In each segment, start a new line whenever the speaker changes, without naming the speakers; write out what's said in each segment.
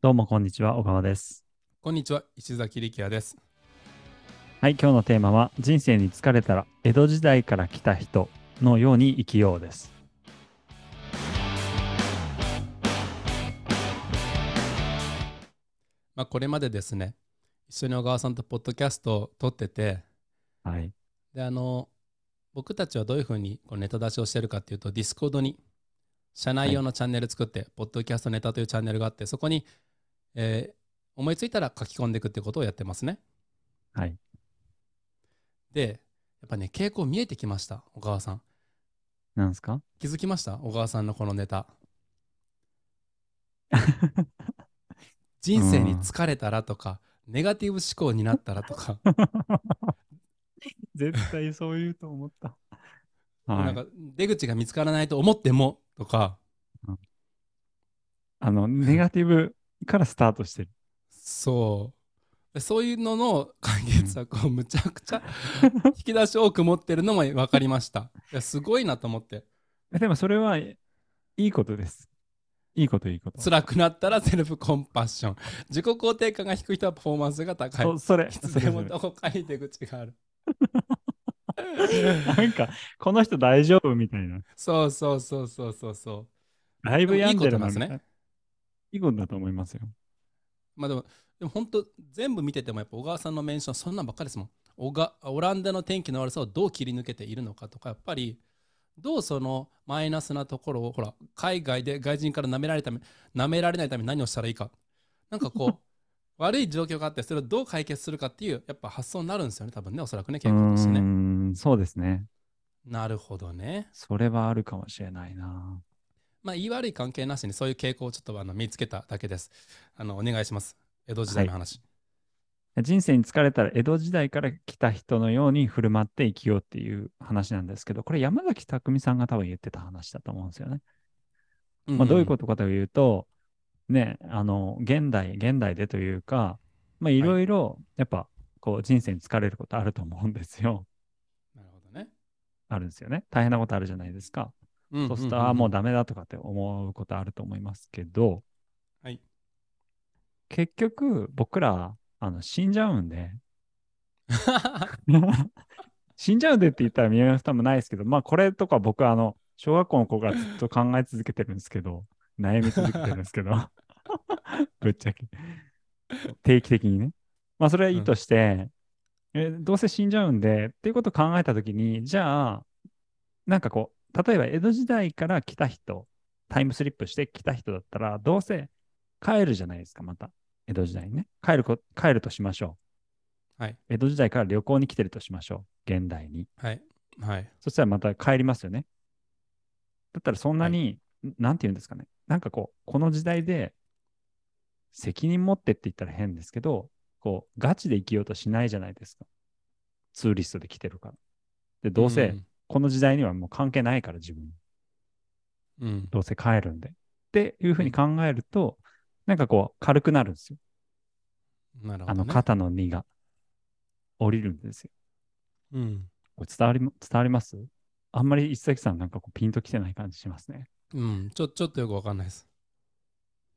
どうもこんにちは、小川です。
こんにちは石崎力也です。
はい、今日のテーマは、人生に疲れたら江戸時代から来た人のように生きようです。
まあこれまでですね一緒に小川さんとポッドキャストを撮ってて
はい。
であの僕たちはどういうふうにこうネタ出しをしてるかっていうとディスコードに社内用のチャンネル作って、ポッドキャストネタというチャンネルがあってそこに、えー思いついたら書き込んでいくってことをやってますね。
はい。
でやっぱね傾向見えてきました小川さん。
なんです か
気づきました小川さんのこのネタ。人生に疲れたらとか、ネガティブ思考になったらとか。
絶対そう言うと思 った。は
なん
い。
か出口が見つからないと思ってもとか
あの、ネガティブからスタートしてる。
そうでそういうのの解決策をむちゃ くちゃ引き出し多く持ってるのも分かりましたいやすごいなと思って
えでもそれはいいことです。いいこと、いいこと。
辛くなったらセルフコンパッション自己肯定感が低い人はパフォーマンスが高い
そ それ、
い
そ
つ
れ
で
そ
も
れ
どこかに出口が ある
なんか、この人大丈夫みたいな。
そうそうそうそうそうそう
だいぶ病んでる
でも
な
いいことなんですね
みたいいいことだと思いますよ。
まあでも、でも本当、全部見てても、やっぱ小川さんのメンション、そんなんばっかりですもん。小川オランダの天気の悪さをどう切り抜けているのかとか、やっぱり、どうそのマイナスなところを、ほら、海外で外人から舐められため、舐められないために何をしたらいいか。なんか こう、悪い状況があって、それをどう解決するかっていう、やっぱ発想になるんですよね、多分ね、おそらくね、
う
結構としてね。
ーん、そうですね。
なるほどね。
それはあるかもしれないな。
まあ、言い悪い関係なしに、そういう傾向をちょっとあの見つけただけです。あの、お願いします。江戸時代の話。
人生に疲れたら江戸時代から来た人のように振る舞って生きようっていう話なんですけど、これ山崎匠さんが多分言ってた話だと思うんですよね。
ん
まあ、どういうことかというと、ね、あの、現代、現代でというか、まあ、いろいろ、やっぱ、こう、人生に疲れることあると思うんですよ。
なるほどね。
あるんですよね。大変なことあるじゃないですか。
うん
そうすると、
んんん
ああ、もうダメだとかって思うことあると思いますけど、
はい。
結局、僕ら、あの、死んじゃうんで、 死んじゃうでって言ったら見えなくともないですけど、まあこれとか僕あの、小学校の子からずっと考え続けてるんですけど、悩み続けてるんですけど、 ぶっちゃけ。定期的にね。まあそれはいいとして、えどうせ死んじゃうんでっていうことを考えたときに、じゃあ、なんかこう、例えば江戸時代から来た人、タイムスリップして来た人だったら、どうせ帰るじゃないですか、また。江戸時代にね。帰るこ、帰るとしましょう。
はい。
江戸時代から旅行に来てるとしましょう。現代に。
はい。はい。
そしたらまた帰りますよね。だったらそんなに、んなんて言うんですかね。なんかこう、この時代で責任持ってって言ったら変ですけど、こう、ガチで生きようとしないじゃないですか。ツーリストで来てるから。で、どうせ、この時代にはもう関係ないから自分。
うん。うん。
どうせ帰るんで。っていうふうに考えると、なんかこう、軽くなるんですよ。
なるほど、ね。
あの、肩の荷が降りるんですよ。
うん。
これ伝わりま、伝わりますあんまり石崎さんなんかこうピンときてない感じしますね。
うん。ちょ、ちょっとよくわかんないです。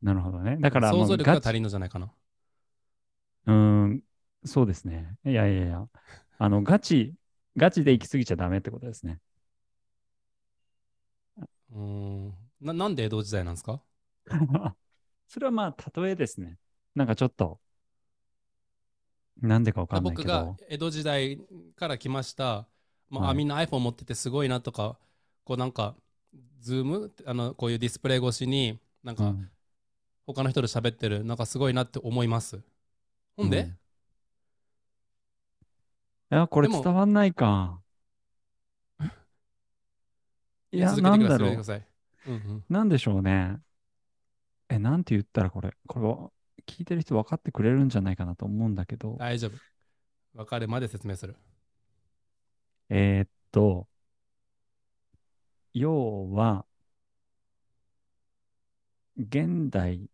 なるほどね。だから、
想
も
像
う
力が
ガ
足
チ、
りんのじゃないかな。
うーん、そうですね。いやいやいや。あの、ガチ、ガチで行き過ぎちゃダメってことですね。
うーん。な、なんで江戸時代なんですか
それはまあ、例えですね。なんかちょっと、なんでかわかんないけ
僕
ど。
が江戸時代から来ました。まあ、
はい
みんな iPhone 持っててすごいなとか、こうなんか、ズームあの、こういうディスプレイ越しに、なん
う
か、
ん
他の人と喋ってる、なんかすごいなって思います。ほんで、
うんいや、これ
でも
伝わんないか。いや、
続け
な
て
ん
くだ
だ
さい。
ろ
続けてくだ
う。
さい。うんうん。
なんでしょうね。え、なんて言ったらこれ、これは聞いてる人分かってくれるんじゃないかなと思うんだけど。
大丈夫。わかるまで説明する。
えーっと、要は、現代、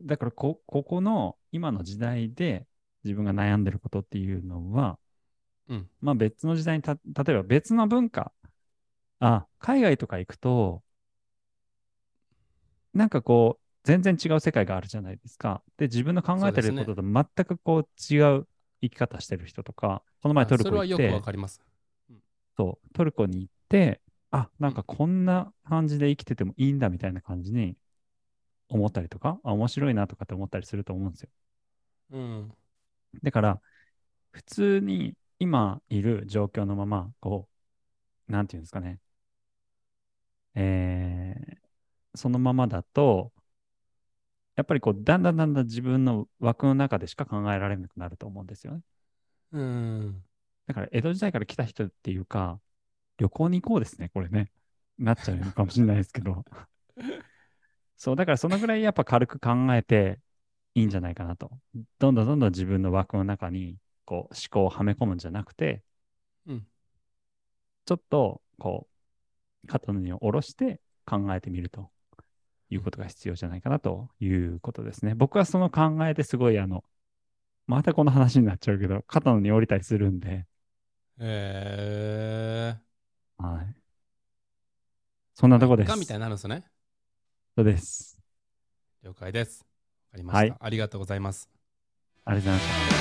だからこ、ここの今の時代で自分が悩んでることっていうのは、
うん
まあ別の時代にた、例えば別の文化、あ、海外とか行くと、なんかこう、全然違う世界があるじゃないですか。で、自分の考えて
そ
る
うです
こ
ね
とと全くこう違う生き方してる人とか、この前トル
そ
コ
れは
行
よ
っ
く
て
わ、かります。
そう、トルコに行って、あ、なんかこんな感じで生きててもいいんだみたいな感じに思ったりとか、あ、面白いなとかって思ったりすると思うんですよ。
うん。
だから、普通に今いる状況のまま、こう、なんていうんですかね。えーそのままだと、やっぱりこう、だんだんだんだん自分の枠の中でしか考えられなくなると思うんですよね。
うん。
だから、江戸時代から来た人っていうか、旅行に行こうですね、これね。なっちゃうのかもしれないですけど。そう、だからそのぐらいやっぱ軽く考えていいんじゃないかなと。どんどんどんどん自分の枠の中に、こう、思考をはめ込むんじゃなくて、
うん。
ちょっと、こう、肩の荷を下ろして考えてみるということが必要じゃないかなということですね。僕はその考えですごい、あの、またこの話になっちゃうけど、肩の荷降りたりするんで、
え
はい。そんな
ー。
とこで
いっ
す。
かみたいになるんですね。
そうです。
了解です。わかりました。
はい
ありがとうございます。
ありがとうございました。